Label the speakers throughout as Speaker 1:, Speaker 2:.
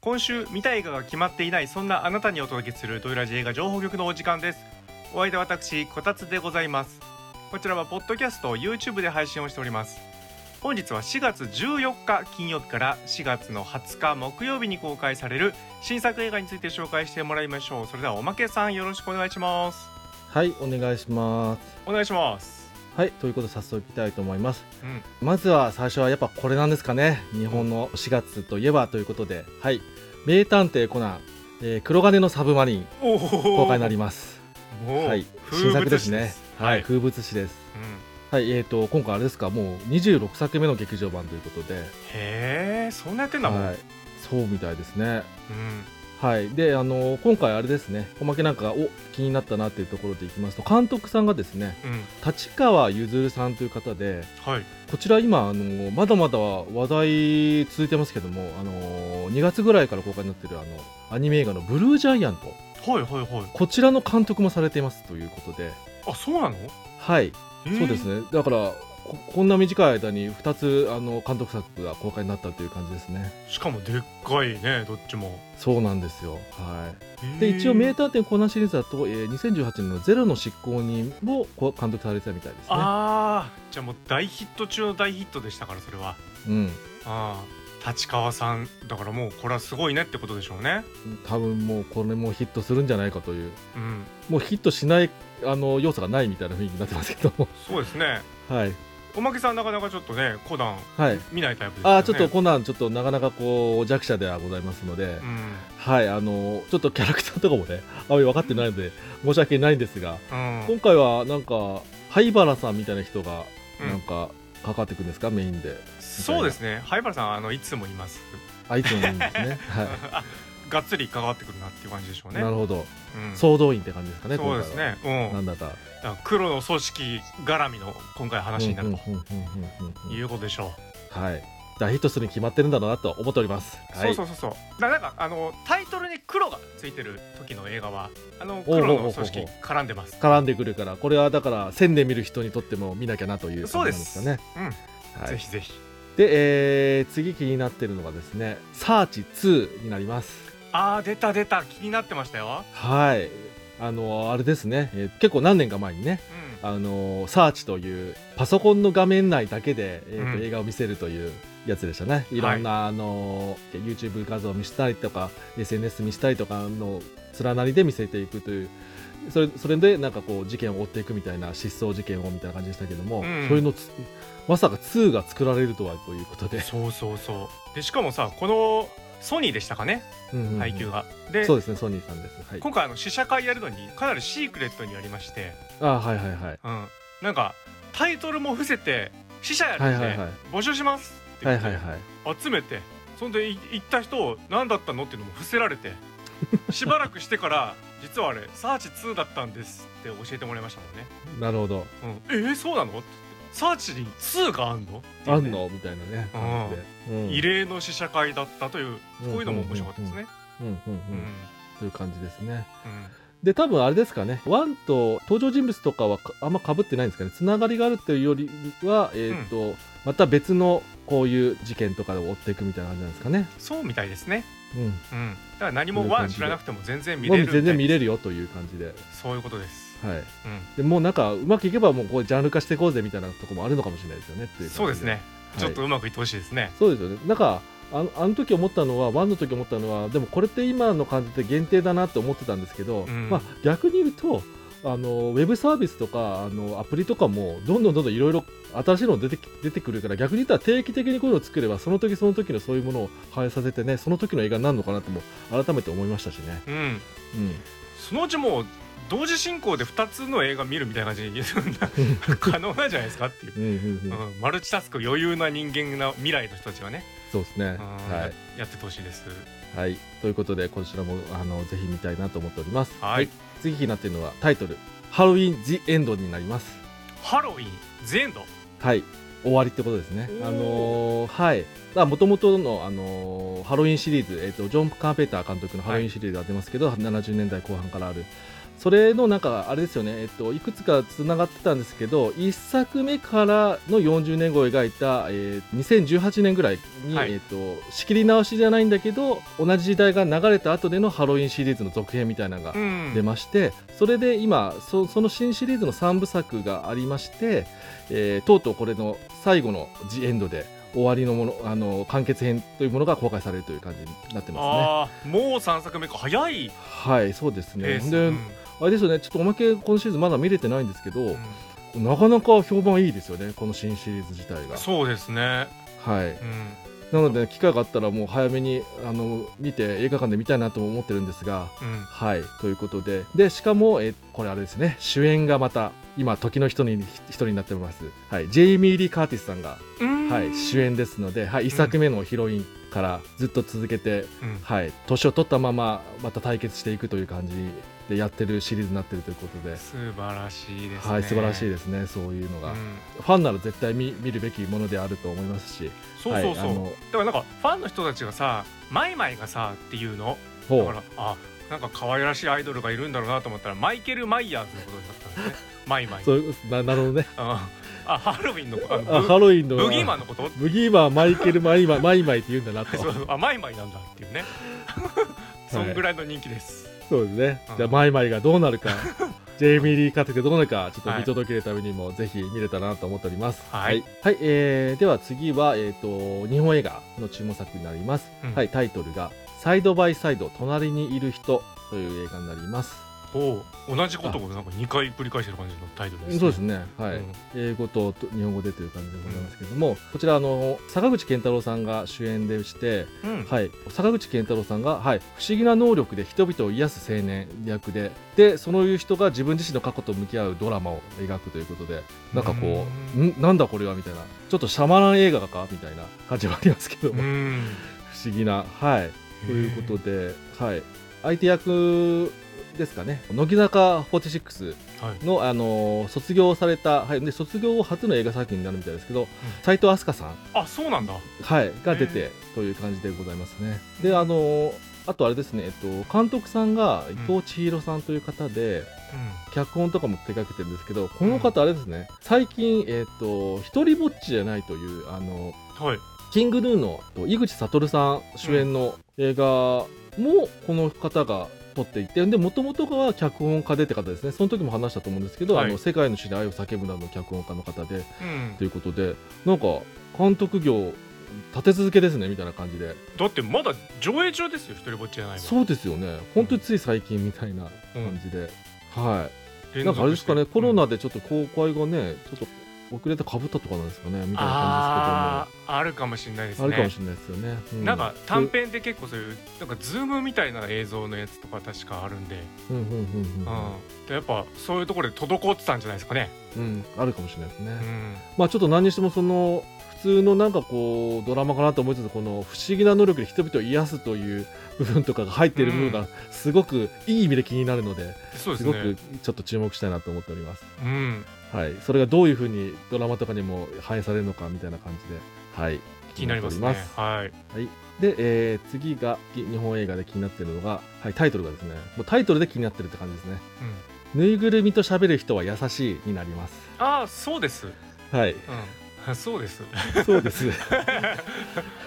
Speaker 1: 今週見たい映画が決まっていないそんなあなたにお届けするドイラジ映画情報局のお時間ですお相手は私こたつでございますこちらはポッドキャスト YouTube で配信をしております本日は4月14日金曜日から4月の20日木曜日に公開される新作映画について紹介してもらいましょうそれではおまけさんよろしくお願いします
Speaker 2: はいお願いします
Speaker 1: お願いします
Speaker 2: はいということで早速いきたいと思います
Speaker 1: うん
Speaker 2: まずは最初はやっぱこれなんですかね日本の4月といえばということではい名探偵コナン、えー黒金のサブマリン
Speaker 1: おお
Speaker 2: 公開になります
Speaker 1: もう、
Speaker 2: はい
Speaker 1: 風
Speaker 2: 新
Speaker 1: 物詩
Speaker 2: 作ですね
Speaker 1: は、
Speaker 2: はいい
Speaker 1: うん、
Speaker 2: 風物詩ですはいえーと今回あれですかもう26作目の劇場版ということで
Speaker 1: へえそんなやってんだもん、
Speaker 2: はいそうみたいですね
Speaker 1: うん
Speaker 2: はいであの今回あれですねおまけなんかがお気になったなっていうところでいきますと監督さんがですね
Speaker 1: うん
Speaker 2: 立川ゆずるさんという方で
Speaker 1: はい
Speaker 2: こちら今あのまだまだ話題続いてますけどもあの2月ぐらいから公開になってるあのアニメ映画の「ブルージャイアント
Speaker 1: はいはいは」
Speaker 2: こちらの監督もされていますということで
Speaker 1: いあそうなの、
Speaker 2: はい
Speaker 1: えー
Speaker 2: そうですねだからここんな短い間に2つあの監督作が公開になったという感じですね
Speaker 1: しかもでっかいねどっちも
Speaker 2: そうなんですよは
Speaker 1: へー
Speaker 2: いで一応「名探偵コナン」シリーズだと、えー2018年の「ゼロの執行人」もこう監督されてたみたいですね
Speaker 1: ああじゃあもう大ヒット中の大ヒットでしたからそれは
Speaker 2: うん
Speaker 1: ああ立川さんだからもうこれはすごいねってことでしょうね
Speaker 2: 多分もうこれもヒットするんじゃないかという
Speaker 1: うん
Speaker 2: もうヒットしないあの要素がないみたいな雰囲気になってますけど も
Speaker 1: そうですね
Speaker 2: はい、
Speaker 1: おまけさんなかなかちょっとねコナン
Speaker 2: はい、
Speaker 1: 見ないタイプですよね
Speaker 2: あーちょっとコナンちょっとなかなかこう弱者ではございますので、
Speaker 1: うん
Speaker 2: はいあのちょっとキャラクターとかもねあまり分かってないので申し訳ないんですが
Speaker 1: うん
Speaker 2: 今回はなんか灰原さんみたいな人が
Speaker 1: うん
Speaker 2: なんかかかってくるんですか、メインで
Speaker 1: そうですね灰原さんあのいつもいます、
Speaker 2: あいつもメイ ンですね、はい
Speaker 1: あがっつり関わってくるなっていう感じでしょうね
Speaker 2: なるほど
Speaker 1: うん
Speaker 2: 総動員って感じですかね
Speaker 1: そうですね
Speaker 2: 今回は
Speaker 1: う
Speaker 2: なんんだか
Speaker 1: だから黒の組織絡みの今回話になる
Speaker 2: うんうんうんうんうん
Speaker 1: と
Speaker 2: うん
Speaker 1: いうことでしょう、
Speaker 2: はい大ヒットするに決まってるんだろうなと思っておりますはい
Speaker 1: そうそうそうそうだなんかあのタイトルに黒がついてる時の映画はあの黒の組織
Speaker 2: おうおうおう
Speaker 1: 絡んでます
Speaker 2: 絡んでくるからこれはだから線で見る人にとっても見なきゃなという
Speaker 1: そう
Speaker 2: 感
Speaker 1: で
Speaker 2: じなんですすよね。
Speaker 1: うん
Speaker 2: は
Speaker 1: ぜ
Speaker 2: い、
Speaker 1: ひぜひ
Speaker 2: で、えー次気になってるのがですね「サーチ2」になります。
Speaker 1: あー出た出た気になってましたよ
Speaker 2: はいあのあれですね、えー結構何年か前にね「あのサーチ」というパソコンの画面内だけで、えーと
Speaker 1: うん
Speaker 2: 映画を見せるというやつでしたねいろんな、あの YouTube 画像を見せたりとか SNS 見せたりとかの連なりで見せていくというそれそれでなんかこう事件を追っていくみたいな失踪事件をみたいな感じでしたけども、
Speaker 1: うん
Speaker 2: それのつまさか2が作られるとはということ
Speaker 1: うん
Speaker 2: で
Speaker 1: そうそうそうでしかもさこのソニーでしたかね
Speaker 2: うんうんうん
Speaker 1: 配給が、で
Speaker 2: そうですねソニーさんですはい
Speaker 1: 今回あの試写会やるのにかなりシークレットにやりまして、
Speaker 2: あはいはいはい
Speaker 1: うん、なんかタイトルも伏せて試写やるんで、
Speaker 2: はいはいはい
Speaker 1: 募集しますって
Speaker 2: は
Speaker 1: 言
Speaker 2: い
Speaker 1: って、
Speaker 2: はいはい
Speaker 1: 集めてそんでい行った人を何だったのっていうのも伏せら れてしばらくしてから実はあれサーチ2だったんですって教えてもらいました
Speaker 2: なるほど
Speaker 1: もんね、うん、えー、そうなのってサーチに2があんのっていう
Speaker 2: あ
Speaker 1: ね
Speaker 2: んのみたいなね感じでうん
Speaker 1: 異例の試写会だったというこういうのも面白かったですね
Speaker 2: うんうんう
Speaker 1: う
Speaker 2: ん
Speaker 1: んうん
Speaker 2: という感じですねで多分あれですかねワンと登場人物とかはかあんま被ってないんですかねつながりがあるっていうよりは、えーとまた別のこういう事件とかを追っていくみたいな感じなんですかね、
Speaker 1: そうみたいですね
Speaker 2: うん、
Speaker 1: うんだから何も
Speaker 2: こういう
Speaker 1: 1
Speaker 2: 感じで
Speaker 1: 知らなくても全然見
Speaker 2: も
Speaker 1: れ
Speaker 2: う
Speaker 1: る
Speaker 2: 全然見
Speaker 1: る
Speaker 2: れるよという感じで,、
Speaker 1: そういうことです
Speaker 2: はい、
Speaker 1: うん
Speaker 2: でもうなんかうまくいけばもうこうジャンル化していこうぜみたいなとこもあるのかもしれないですよねっていう感じ
Speaker 1: そうですね
Speaker 2: はい
Speaker 1: ちょっとうまくいってほしいですね
Speaker 2: そうですよねなんかあのあの時思ったのはワンの時思ったのはでもこれって今の感じで限定だなって思ってたんですけど、
Speaker 1: うん
Speaker 2: まあ、逆に言うとあのウェブサービスとかあのアプリとかもどんどんどんどんいろいろ新しいの出てき出てくるから逆に言ったら定期的にこういうのを作ればその時その時のそういうものを反映させてねその時の映画になるのかなとも改めて思いましたしね、
Speaker 1: うん
Speaker 2: うん、
Speaker 1: そのうちもう同時進行で2つの映画見るみたいな感じに 可能なんじゃないですかっていう、
Speaker 2: うんうんうん
Speaker 1: うん、マルチタスク余裕な人間な未来の人たちがね、
Speaker 2: そうですね
Speaker 1: うん
Speaker 2: は
Speaker 1: やっててほしいです
Speaker 2: い、はい、ということでこちらもあのぜひ見たいなと思っております、
Speaker 1: はい
Speaker 2: 次になっているのはタイトル「ハロウィン・ジ・エンド」になります
Speaker 1: ハロウィン全土
Speaker 2: はい、終わりってことですね
Speaker 1: お。ー
Speaker 2: あのーはい、もともとの、あのーハロウィンシリーズ、えっ、と、ジョン・カーペーター監督のハロウィンシリーズが出ますけど、70年代後半からある。それのなんかあれですよね、えっと、いくつかつながってたんですけど1作目からの40年後を描いた、えー2018年ぐらいに、
Speaker 1: はい
Speaker 2: えっと、仕切り直しじゃないんだけど同じ時代が流れた後でのハロウィンシリーズの続編みたいなのが
Speaker 1: うん
Speaker 2: 出まして、それで今そその新シリーズの3部作がありまして、えーとうとうこれの最後の「ジ・エンド」で終わりのものあの完結編というものが公開されるという感じになってますね。
Speaker 1: あーもう三作目か早い
Speaker 2: はいそうです
Speaker 1: ペ
Speaker 2: ね
Speaker 1: ース、
Speaker 2: で、
Speaker 1: うん
Speaker 2: あれですよねちょっとおまけ今シーズンまだ見れてないんですけど、
Speaker 1: う
Speaker 2: なかなか評判いいですよねこの新シリーズ自体が
Speaker 1: ん、そうですね、
Speaker 2: は
Speaker 1: う
Speaker 2: い
Speaker 1: ん、
Speaker 2: なので機会があったらもう早めにあの見て映画館で見たいなとも思ってるんですが
Speaker 1: うん、
Speaker 2: はいということででしかもえこれあれですね主演がまた今時の人に一人になってます、はい、ジェイミー・リー・カーティスさんが、
Speaker 1: うん
Speaker 2: はい、主演ですので、はい、1作目のヒロインからずっと続けて、
Speaker 1: うん
Speaker 2: はい、年を取ったまままた対決していくという感じでやってるシリーズになってるということで。
Speaker 1: 素晴らしいですね。
Speaker 2: はい、素晴らしい
Speaker 1: す。
Speaker 2: ですね、そういうのが、ファンなら絶対見見るべきものであると思いますし、
Speaker 1: そうそうそう。
Speaker 2: はい、
Speaker 1: だ
Speaker 2: あの
Speaker 1: からなんかファンの人たちがさ、マイマイがさっていうの。だ
Speaker 2: ほ
Speaker 1: からあ、なんか可愛らしいアイドルがいるんだろうなと思ったらマイケルマイヤーズのことだったんですね。マイマイ
Speaker 2: う。そういうななるほどね、
Speaker 1: あ、あハロウィンのあ
Speaker 2: あ
Speaker 1: の
Speaker 2: ハロウィンの
Speaker 1: ブブギーマンの こと。
Speaker 2: ブギーマンマイケルマイマイマイマイって言うんだなと
Speaker 1: そうあマイマイなんだっていうね。そんぐらいの人気です。
Speaker 2: そうですね
Speaker 1: うん
Speaker 2: じゃあマイマイがどうな るかジェイミー・リー・カーティスがどうなるかちょっと見届けるためにも、ぜひ見れたらなと思っております
Speaker 1: はい
Speaker 2: はい、はいえーでは次は、えー、と日本映画の注目作になります、
Speaker 1: うん
Speaker 2: はい、タイトルが「サイドバイサイド隣にいる人」という映画になります
Speaker 1: ほう、同じことをなんか二回繰り返してる感じのタイトルです、ね。
Speaker 2: そうですね、はい
Speaker 1: うん
Speaker 2: 英語と日本語でという感じでございますけれども、こちらあの坂口健太郎さんが主演でして、
Speaker 1: うん。
Speaker 2: はい、坂口健太郎さんが、はい、不思議な能力で人々を癒す青年役ででそのいう人が自分自身の過去と向き合うドラマを描くということでなんかこう、んなんだこれはみたいなちょっとシャマラン映画かみたいな感じはありますけど
Speaker 1: う
Speaker 2: も、
Speaker 1: ん。
Speaker 2: 不思議なはいということで、はい、相手役ですかね乃木坂46
Speaker 1: はい。
Speaker 2: の、あのー卒業された、はい、で卒業後初の映画作品になるみたいですけど斎、藤飛鳥さん、
Speaker 1: あ、そうなんだ。
Speaker 2: はい、が出
Speaker 1: へ
Speaker 2: てという感じでございますね。であのーあとあれですね、えっと、監督さんが伊藤千尋さんという方で、脚本とかも手掛けてるんですけどこの方あれですね最近、えっと「一人ぼっちじゃない」というあの
Speaker 1: うん。はい。
Speaker 2: キングヌーの井口悟さん主演の映画もこの方が撮っていてで元々は脚本家でって方ですねその時も話したと思うんですけど「
Speaker 1: はい
Speaker 2: あの世界の死で愛を叫ぶ」などの脚本家の方で
Speaker 1: うん
Speaker 2: と。いうことでなんか監督業立て続けですねみたいな感じで
Speaker 1: だってまだ上映中ですよ一人ぼっちじゃないの
Speaker 2: そうですよね本当につい最近みたいな感じで、はい
Speaker 1: 連
Speaker 2: な
Speaker 1: 続
Speaker 2: んかあれですかねコロ
Speaker 1: うん
Speaker 2: ナでちょっと公開がねちょっと遅れてかぶったとかなんですかねみたいな感
Speaker 1: あーあるかもしれないで
Speaker 2: じです
Speaker 1: す
Speaker 2: け
Speaker 1: ね
Speaker 2: どもあるかもしれないですよね、う
Speaker 1: なんか短編で結構そういうなんかズームみたいな映像のやつとか確かあるんで、
Speaker 2: うんうんうんうん
Speaker 1: うんでやっぱそういうところで滞ってたんじゃないですかね、
Speaker 2: うん、あるかもしれないです
Speaker 1: う
Speaker 2: ね、
Speaker 1: ん、
Speaker 2: まあちょっと何にしてもその普通のなんかこうドラマかなと思いつつこの不思議な能力で人々を癒すという部分とかが入っている部分
Speaker 1: う
Speaker 2: がすごくいい意味で気になるので、
Speaker 1: そうですす
Speaker 2: ご
Speaker 1: ね
Speaker 2: くちょっと注目したいなと思っております、
Speaker 1: うん
Speaker 2: はい、それがどういうふうにドラマとかにも反映されるのかみたいな感じで、はい、
Speaker 1: 気になります
Speaker 2: 気に
Speaker 1: ね
Speaker 2: なってお
Speaker 1: はい
Speaker 2: りますで、えー次がき日本映画で気になっているのが、はい、タイトルがですねもうタイトルで気になってるって感じですね
Speaker 1: うん、
Speaker 2: ぬいぐるみと喋る人は優しいになります
Speaker 1: ああそうです、
Speaker 2: はい
Speaker 1: うん、 そうです
Speaker 2: そ うです。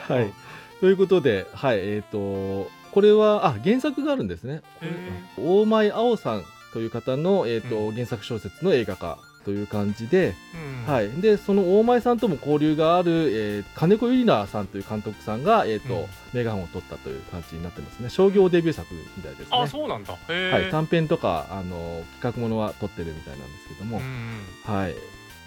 Speaker 2: はい。ということで、はい、えっ、と、これは、あ、原作があるんですね。これ
Speaker 1: へ
Speaker 2: 大前青さんという方の、えっ、と、原作小説の映画化という感じで、
Speaker 1: うん
Speaker 2: はい。で、その大前さんとも交流がある、えー金子ゆりなさんという監督さんが、えっ、と、
Speaker 1: うん
Speaker 2: メガホンを取ったという感じになってますね。商業デビュー作みたいですね。
Speaker 1: あそうなんだへ
Speaker 2: はい、
Speaker 1: え、
Speaker 2: 短編とか、あの、企画ものは撮ってるみたいなんですけども、
Speaker 1: うんうん
Speaker 2: はい。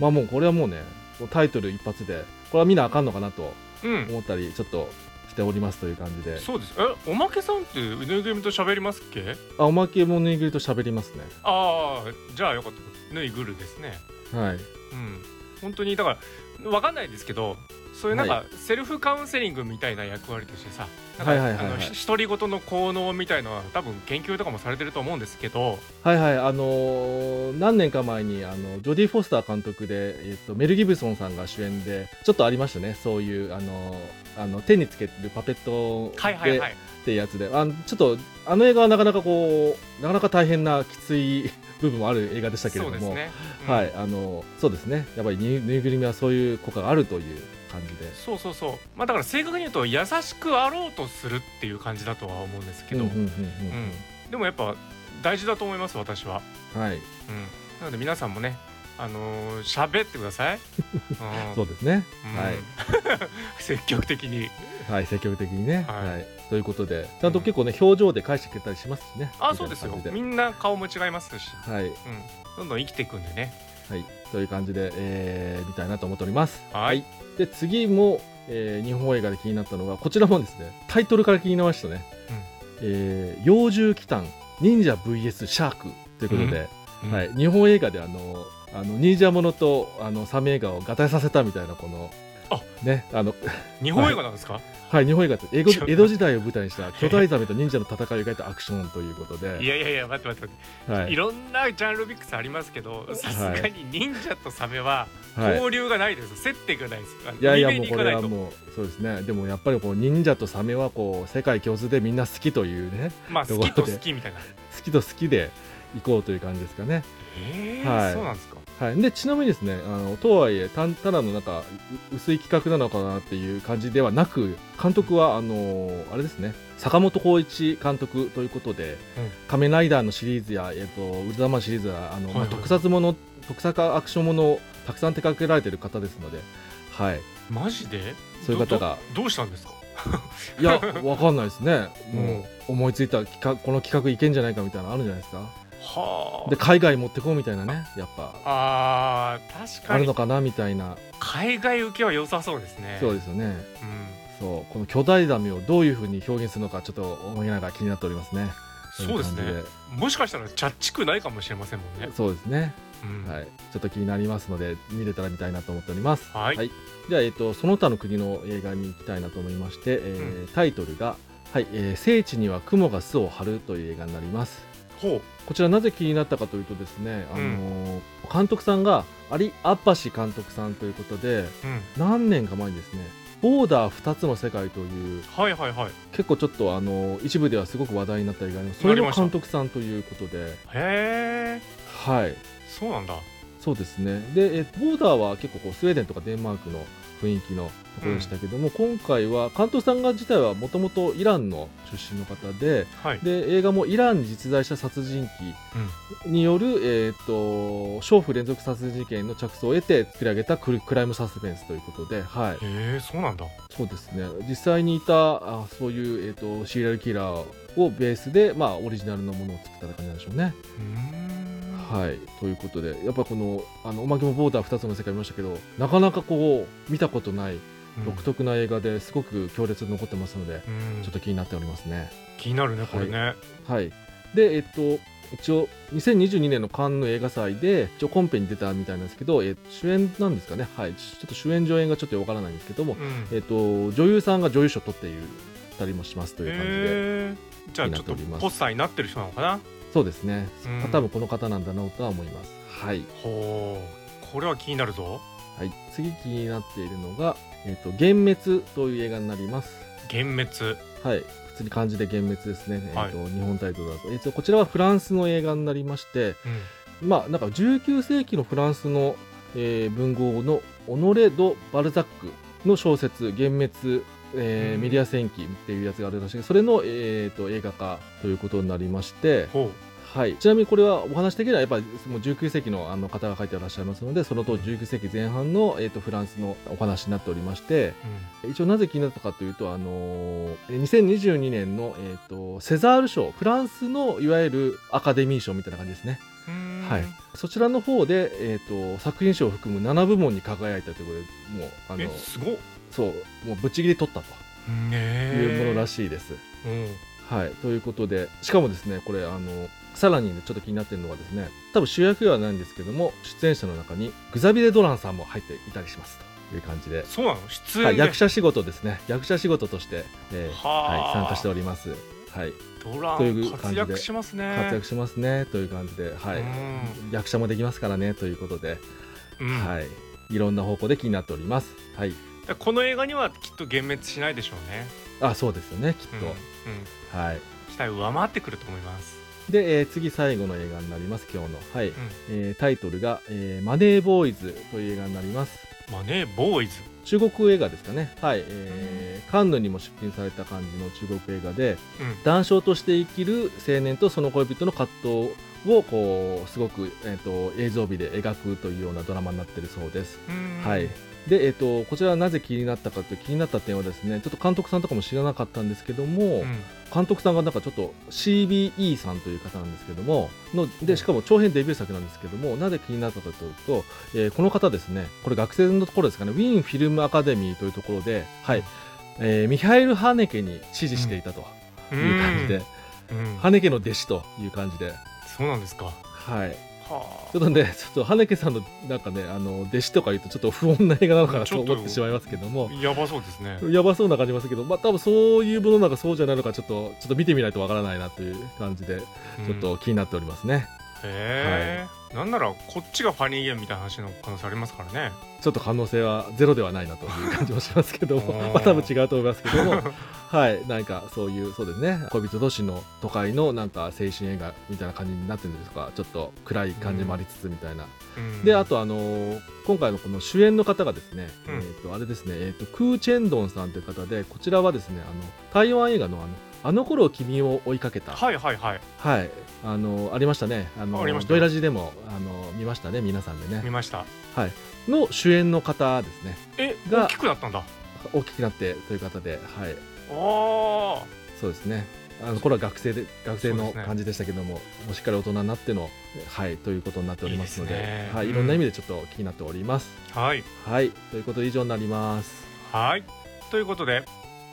Speaker 2: まあもうこれはもうね、もうタイトル一発で、これは見なあかんのかなと
Speaker 1: うん
Speaker 2: 思ったり、ちょっとしておりますという感じで。
Speaker 1: そうですえおまけさんってぬいぐるみと喋りますっけ
Speaker 2: あ、おまけもぬいぐるみと喋りますね。
Speaker 1: ああじゃあよかったぬいぐるですね
Speaker 2: はい。
Speaker 1: うん本当にだからわかんないですけどそういうなん
Speaker 2: は
Speaker 1: かセルフカウンセリングみたいな役割としてさなん
Speaker 2: はいはいは
Speaker 1: か
Speaker 2: い
Speaker 1: あ
Speaker 2: はい
Speaker 1: のひ独り言の効能みたいのは多分研究とかもされてると思うんですけど
Speaker 2: はいはいあのー何年か前にあのジョディ・フォスター監督で、えっと、メル・ギブソンさんが主演でちょっとありましたねそういうあのーあの手につけるパペット
Speaker 1: はいはい
Speaker 2: で
Speaker 1: はい
Speaker 2: ってやつであのちょっとあの映画はなかなかこうなかなか大変なきつい 部分もある映画でしたけれ
Speaker 1: そ
Speaker 2: ど
Speaker 1: う
Speaker 2: も
Speaker 1: ですね、うん
Speaker 2: はいあのそうですねやっぱりぬいぬいぐるみはそういう効果があるという感じで。
Speaker 1: そうそうそうまあだから正確に言うと優しくあろうとするっていう感じだとは思うんですけど、
Speaker 2: うんうんうん
Speaker 1: うんでもやっぱ大事だと思います私は、
Speaker 2: うんはい、
Speaker 1: うん、なので皆さんもねあのー喋ってくだ さい、うん
Speaker 2: そうですね、
Speaker 1: うん
Speaker 2: はい
Speaker 1: 積極的に
Speaker 2: はい、積極的にね、
Speaker 1: は
Speaker 2: はいいということでちゃんと結構ね、表情で返してくれたりしますしね
Speaker 1: あ
Speaker 2: みた
Speaker 1: そ
Speaker 2: いうな
Speaker 1: ですよ
Speaker 2: 感じ
Speaker 1: みんな顔も違いますし、
Speaker 2: はい、
Speaker 1: うん、どんどん生きていくんでね
Speaker 2: はい、という感じで、えー、見たいなと思っております
Speaker 1: はい
Speaker 2: で次も、えー日本映画で気になったのがこちらもですねタイトルから気になりましたね
Speaker 1: うん
Speaker 2: 「えー幼獣騎譚忍者 VS シャーク」ということで、
Speaker 1: うん
Speaker 2: はい、日本映画であのあの忍者ものとあのサメ映画を合体させたみたいなこの
Speaker 1: あ
Speaker 2: ねあの
Speaker 1: 日本映画なんですか、
Speaker 2: はい日本映画って江戸
Speaker 1: ちょっと
Speaker 2: 江戸時代を舞台にした巨大ザメと忍者の戦いを描いたアクションということ
Speaker 1: い、
Speaker 2: で、
Speaker 1: やいやいや待って待って待って、、
Speaker 2: はいい
Speaker 1: ろんなジャンルミックスありますけどさすがに忍者とサメは
Speaker 2: はい、
Speaker 1: 交流がないです、接点がないですあの
Speaker 2: いやいや
Speaker 1: 海
Speaker 2: も
Speaker 1: 辺
Speaker 2: う
Speaker 1: に
Speaker 2: こ
Speaker 1: 行か
Speaker 2: れ
Speaker 1: ない
Speaker 2: は
Speaker 1: と
Speaker 2: もうそうですねでもやっぱりこう忍者とサメはこう世界共通でみんな好きというね
Speaker 1: まあ
Speaker 2: と
Speaker 1: 好
Speaker 2: ころ
Speaker 1: きと
Speaker 2: で
Speaker 1: 好きみたいな
Speaker 2: 好きと好きで行こうという感じですかね、
Speaker 1: えー
Speaker 2: はい
Speaker 1: そうなんですか
Speaker 2: はい、でちなみにですねあのとはいえたただのなんかう薄い企画なのかなっていう感じではなく監督はあのーあれですね坂本浩一監督ということで「
Speaker 1: うん
Speaker 2: 仮面ライダー」のシリーズや「えっとウルトラマン」シリーズやあ
Speaker 1: はい
Speaker 2: の、
Speaker 1: はい
Speaker 2: まあ特撮もの特撮アクションものをたくさん手掛けられてる方ですので、はい、
Speaker 1: マジで
Speaker 2: そういう方が
Speaker 1: どどどうしたんですか
Speaker 2: いや、わかんないですね。
Speaker 1: うん
Speaker 2: もう思いついた企画、この企画いけんじゃないかみたいなのあるんじゃないですか。
Speaker 1: はあ
Speaker 2: で、海外持ってこうみたいなね、やっぱ。
Speaker 1: あー確
Speaker 2: あ
Speaker 1: か
Speaker 2: る
Speaker 1: に
Speaker 2: のかなみたいな。
Speaker 1: 海外受けは良さそうですね
Speaker 2: そうですよね。
Speaker 1: うん
Speaker 2: そう、この巨大ダメをどういう風に表現するのか、ちょっと思いながら気になっておりますね。
Speaker 1: そうです
Speaker 2: い
Speaker 1: ね
Speaker 2: 感
Speaker 1: もしかしたらチャッチくないかもしれませんもん
Speaker 2: じ
Speaker 1: ね
Speaker 2: で。そうですね。
Speaker 1: うん
Speaker 2: はい、ちょっと気になりますので、見れたら見たいなと思っております。
Speaker 1: はい
Speaker 2: はいじゃあ、えっと、その他の国の映画に行きたいなと思いまして、えータイトルが。はい、えー聖地には雲が巣を張るという映画になります。
Speaker 1: ほ
Speaker 2: こちらなぜ気になったかというとですね、あのー監督さんがアリ・アッパシ監督さんということで
Speaker 1: う、うん、
Speaker 2: 何年か前にですね「ボーダー2つの世界」という
Speaker 1: はいはいはい
Speaker 2: 結構ちょっと、あのー一部ではすごく話題になった映画にそ
Speaker 1: な
Speaker 2: れ
Speaker 1: り
Speaker 2: の
Speaker 1: ました
Speaker 2: 監督さんということで
Speaker 1: へえ
Speaker 2: はい
Speaker 1: そうなんだ
Speaker 2: そうですねでえボーダーは結構こうスウェーデンとかデンマークの雰囲気のところでしたけども、今回は監督さんが自体はもともとイランの出身の方で
Speaker 1: はい
Speaker 2: で映画もイランに実在した殺人鬼による、えー、と娼婦連続殺人事件の着想を得て作り上げたクルクライムサスペンスということで、はい、
Speaker 1: うん、へえそうなんだ
Speaker 2: そうですね実際にいたあそういう、えー、とシリアルキラーをベースで、まあ、オリジナルのものを作った感じなんでしょうね。
Speaker 1: うーん
Speaker 2: はい、ということでやっぱこの「あのおまけもボーダー2つの世界」見ましたけどなかなかこう見たことない
Speaker 1: うん
Speaker 2: 独特な映画ですごく強烈に残ってますので、
Speaker 1: うん
Speaker 2: ちょっと気になっておりますね。
Speaker 1: 気になるねこれね、
Speaker 2: はい、で、えっと、一応2022年のカンヌ映画祭で一応コンペに出たみたいなんですけど、えっと主演なんですかね、はい、ちょっと主演上演がちょっとわからないんですけども、
Speaker 1: うん
Speaker 2: えっと、女優さんが女優賞取っているたりもしますという感じで、
Speaker 1: へえじゃあちょっと
Speaker 2: 気になっております
Speaker 1: ポスターになってる人なのかな
Speaker 2: そうですね、
Speaker 1: うん
Speaker 2: 多分この方なんだなとは思います。はい、
Speaker 1: ほうこれは気になるぞ
Speaker 2: はい、次気になっているのが、えっと、幻滅という映画になります。
Speaker 1: 幻滅
Speaker 2: はい普通に漢字で幻滅ですね、
Speaker 1: はい
Speaker 2: えっと日本タイトルだと、えっと、こちらはフランスの映画になりまして、
Speaker 1: うん
Speaker 2: まあなんか19世紀のフランスの、えー文豪のオノレ・ド・バルザックの小説「幻滅、えー
Speaker 1: うん
Speaker 2: メディア戦記」っていうやつがあるらしいけどそれの、えー、と映画化ということになりまして、
Speaker 1: ほ
Speaker 2: はい、ちなみにこれはお話的にはやっぱりもう19世紀のあの方が書いてらっしゃいますのでその当時19世紀前半の、えー、とフランスのお話になっておりまして
Speaker 1: う、うん
Speaker 2: 一応なぜ気になったかというと、あのー2022年の、えー、とセザール賞フランスのいわゆるアカデミー賞みたいな感じですね。
Speaker 1: うーん
Speaker 2: はい、そちらの方で、えー、と作品賞を含む7部門に輝いたということでもうあ
Speaker 1: え
Speaker 2: の
Speaker 1: すごっ
Speaker 2: そうもうぶっちぎり取ったと
Speaker 1: ね
Speaker 2: いうものら
Speaker 1: し
Speaker 2: しいです。
Speaker 1: い、うん
Speaker 2: はい、ということでしかもですねこれあのさらにねちょっと気になってるのはですね多分主役ではないんですけども出演者の中にグザビレ・ドランさんも入っていたりしますという感じで、
Speaker 1: そうなの出演
Speaker 2: はい、
Speaker 1: で
Speaker 2: 役者仕事ですね役者仕事として、えー
Speaker 1: は
Speaker 2: は
Speaker 1: あ
Speaker 2: い、参加しております、はい、
Speaker 1: ドラ
Speaker 2: という
Speaker 1: ン
Speaker 2: 感じ
Speaker 1: 活
Speaker 2: で
Speaker 1: 躍しますね
Speaker 2: 活躍しますねという感じで、はい
Speaker 1: うん
Speaker 2: 役者もできますからねということで、
Speaker 1: うん
Speaker 2: はい、いろんな方向で気になっております。はい
Speaker 1: だからこの映画にはきっと幻滅しないでしょうね、
Speaker 2: あそうですよねきっ
Speaker 1: うん
Speaker 2: と、
Speaker 1: うん
Speaker 2: はい
Speaker 1: 期待を上回ってくると思います
Speaker 2: で、えー次最後の映画になります今日の、はい
Speaker 1: ん
Speaker 2: えータイトルが、えーマネーボーイズ」という映画になります
Speaker 1: まあねボーイズ
Speaker 2: 中国映画ですかねはい、えーカンヌにも出品された感じの中国映画で
Speaker 1: うん
Speaker 2: 男性として生きる青年とその恋人の葛藤をこうすごく、えー、と映像美で描くというようなドラマになっているそうです
Speaker 1: うん
Speaker 2: はい、で、えー、とこちらはなぜ気になったかという気になった点はですねちょっと監督さんとかも知らなかったんですけども、
Speaker 1: うん
Speaker 2: 監督さんがなんかちょっと CBE さんという方なんですけどものでしかも長編デビュー作なんですけどもなぜ気になったかというと、えーこの方ですねこれ学生のところですかねウィーンフィルムアカデミーというところで、はいえーミハイル・ハネケに支持していたと
Speaker 1: う
Speaker 2: いう感じ
Speaker 1: ん
Speaker 2: で、
Speaker 1: うん
Speaker 2: ハネケの弟子という感じで。
Speaker 1: そうなんですか
Speaker 2: はい、
Speaker 1: は
Speaker 2: ちょっとね、ちょっと、ハネケさんの、なんかね、あの、弟子とか言うと、ちょっと不穏な映画なのかな
Speaker 1: ち
Speaker 2: と
Speaker 1: ょっと
Speaker 2: 思ってしまいますけども
Speaker 1: あ、やばそうですね
Speaker 2: やばそうな感じますけど、まあ、多分そういうものなのか、そうじゃないのか、ちょっと、ちょっと見てみないとわからないなという感じで、ちょっ
Speaker 1: うん
Speaker 2: と気になっておりますね。
Speaker 1: へえなんならこっちがファニーゲームみたいな話の可能性ありますからね
Speaker 2: ちょっと可能性はゼロではないなという感じもしますけども
Speaker 1: おー、
Speaker 2: まあ多分違うと思います けども、はい、なんかそういう、そうですね、恋人同士の都会のなんか青春映画みたいな感じになってるんですか、ちょっと暗い感じもありつつみたいな。
Speaker 1: うん
Speaker 2: で、あと、あのー今回のこの主演の方がですね、
Speaker 1: うん
Speaker 2: えっ、と、あれですね、えっ、と、クー・チェンドンさんという方で、こちらはですね、あの、台湾映画のあの、あの頃君を追いかけた、
Speaker 1: はいはいはい
Speaker 2: はい、あの、ありましたね、あの、
Speaker 1: ありました
Speaker 2: ドイラジでも、あの、見ましたね、皆さんでね
Speaker 1: 見。ました
Speaker 2: の主演の方ですね
Speaker 1: え
Speaker 2: が
Speaker 1: 大きくなったんだ
Speaker 2: 大きくなってという方ではい
Speaker 1: おー
Speaker 2: そうですねあのこれは学生で学生
Speaker 1: そうで
Speaker 2: の
Speaker 1: すね
Speaker 2: 感じでしたけども、もうしっかり大人になってのはいということになっておりますので
Speaker 1: いいですね
Speaker 2: はい、いろんな意味でちょっと気になっております、
Speaker 1: はい
Speaker 2: はいということで以上になります
Speaker 1: はいということで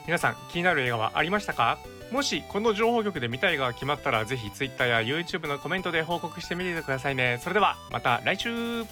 Speaker 1: 皆さん気になる映画はありましたかもしこの情報局で見たい映画が決まったらぜひ Twitter や YouTube のコメントで報告してみてくださいねそれではまた来週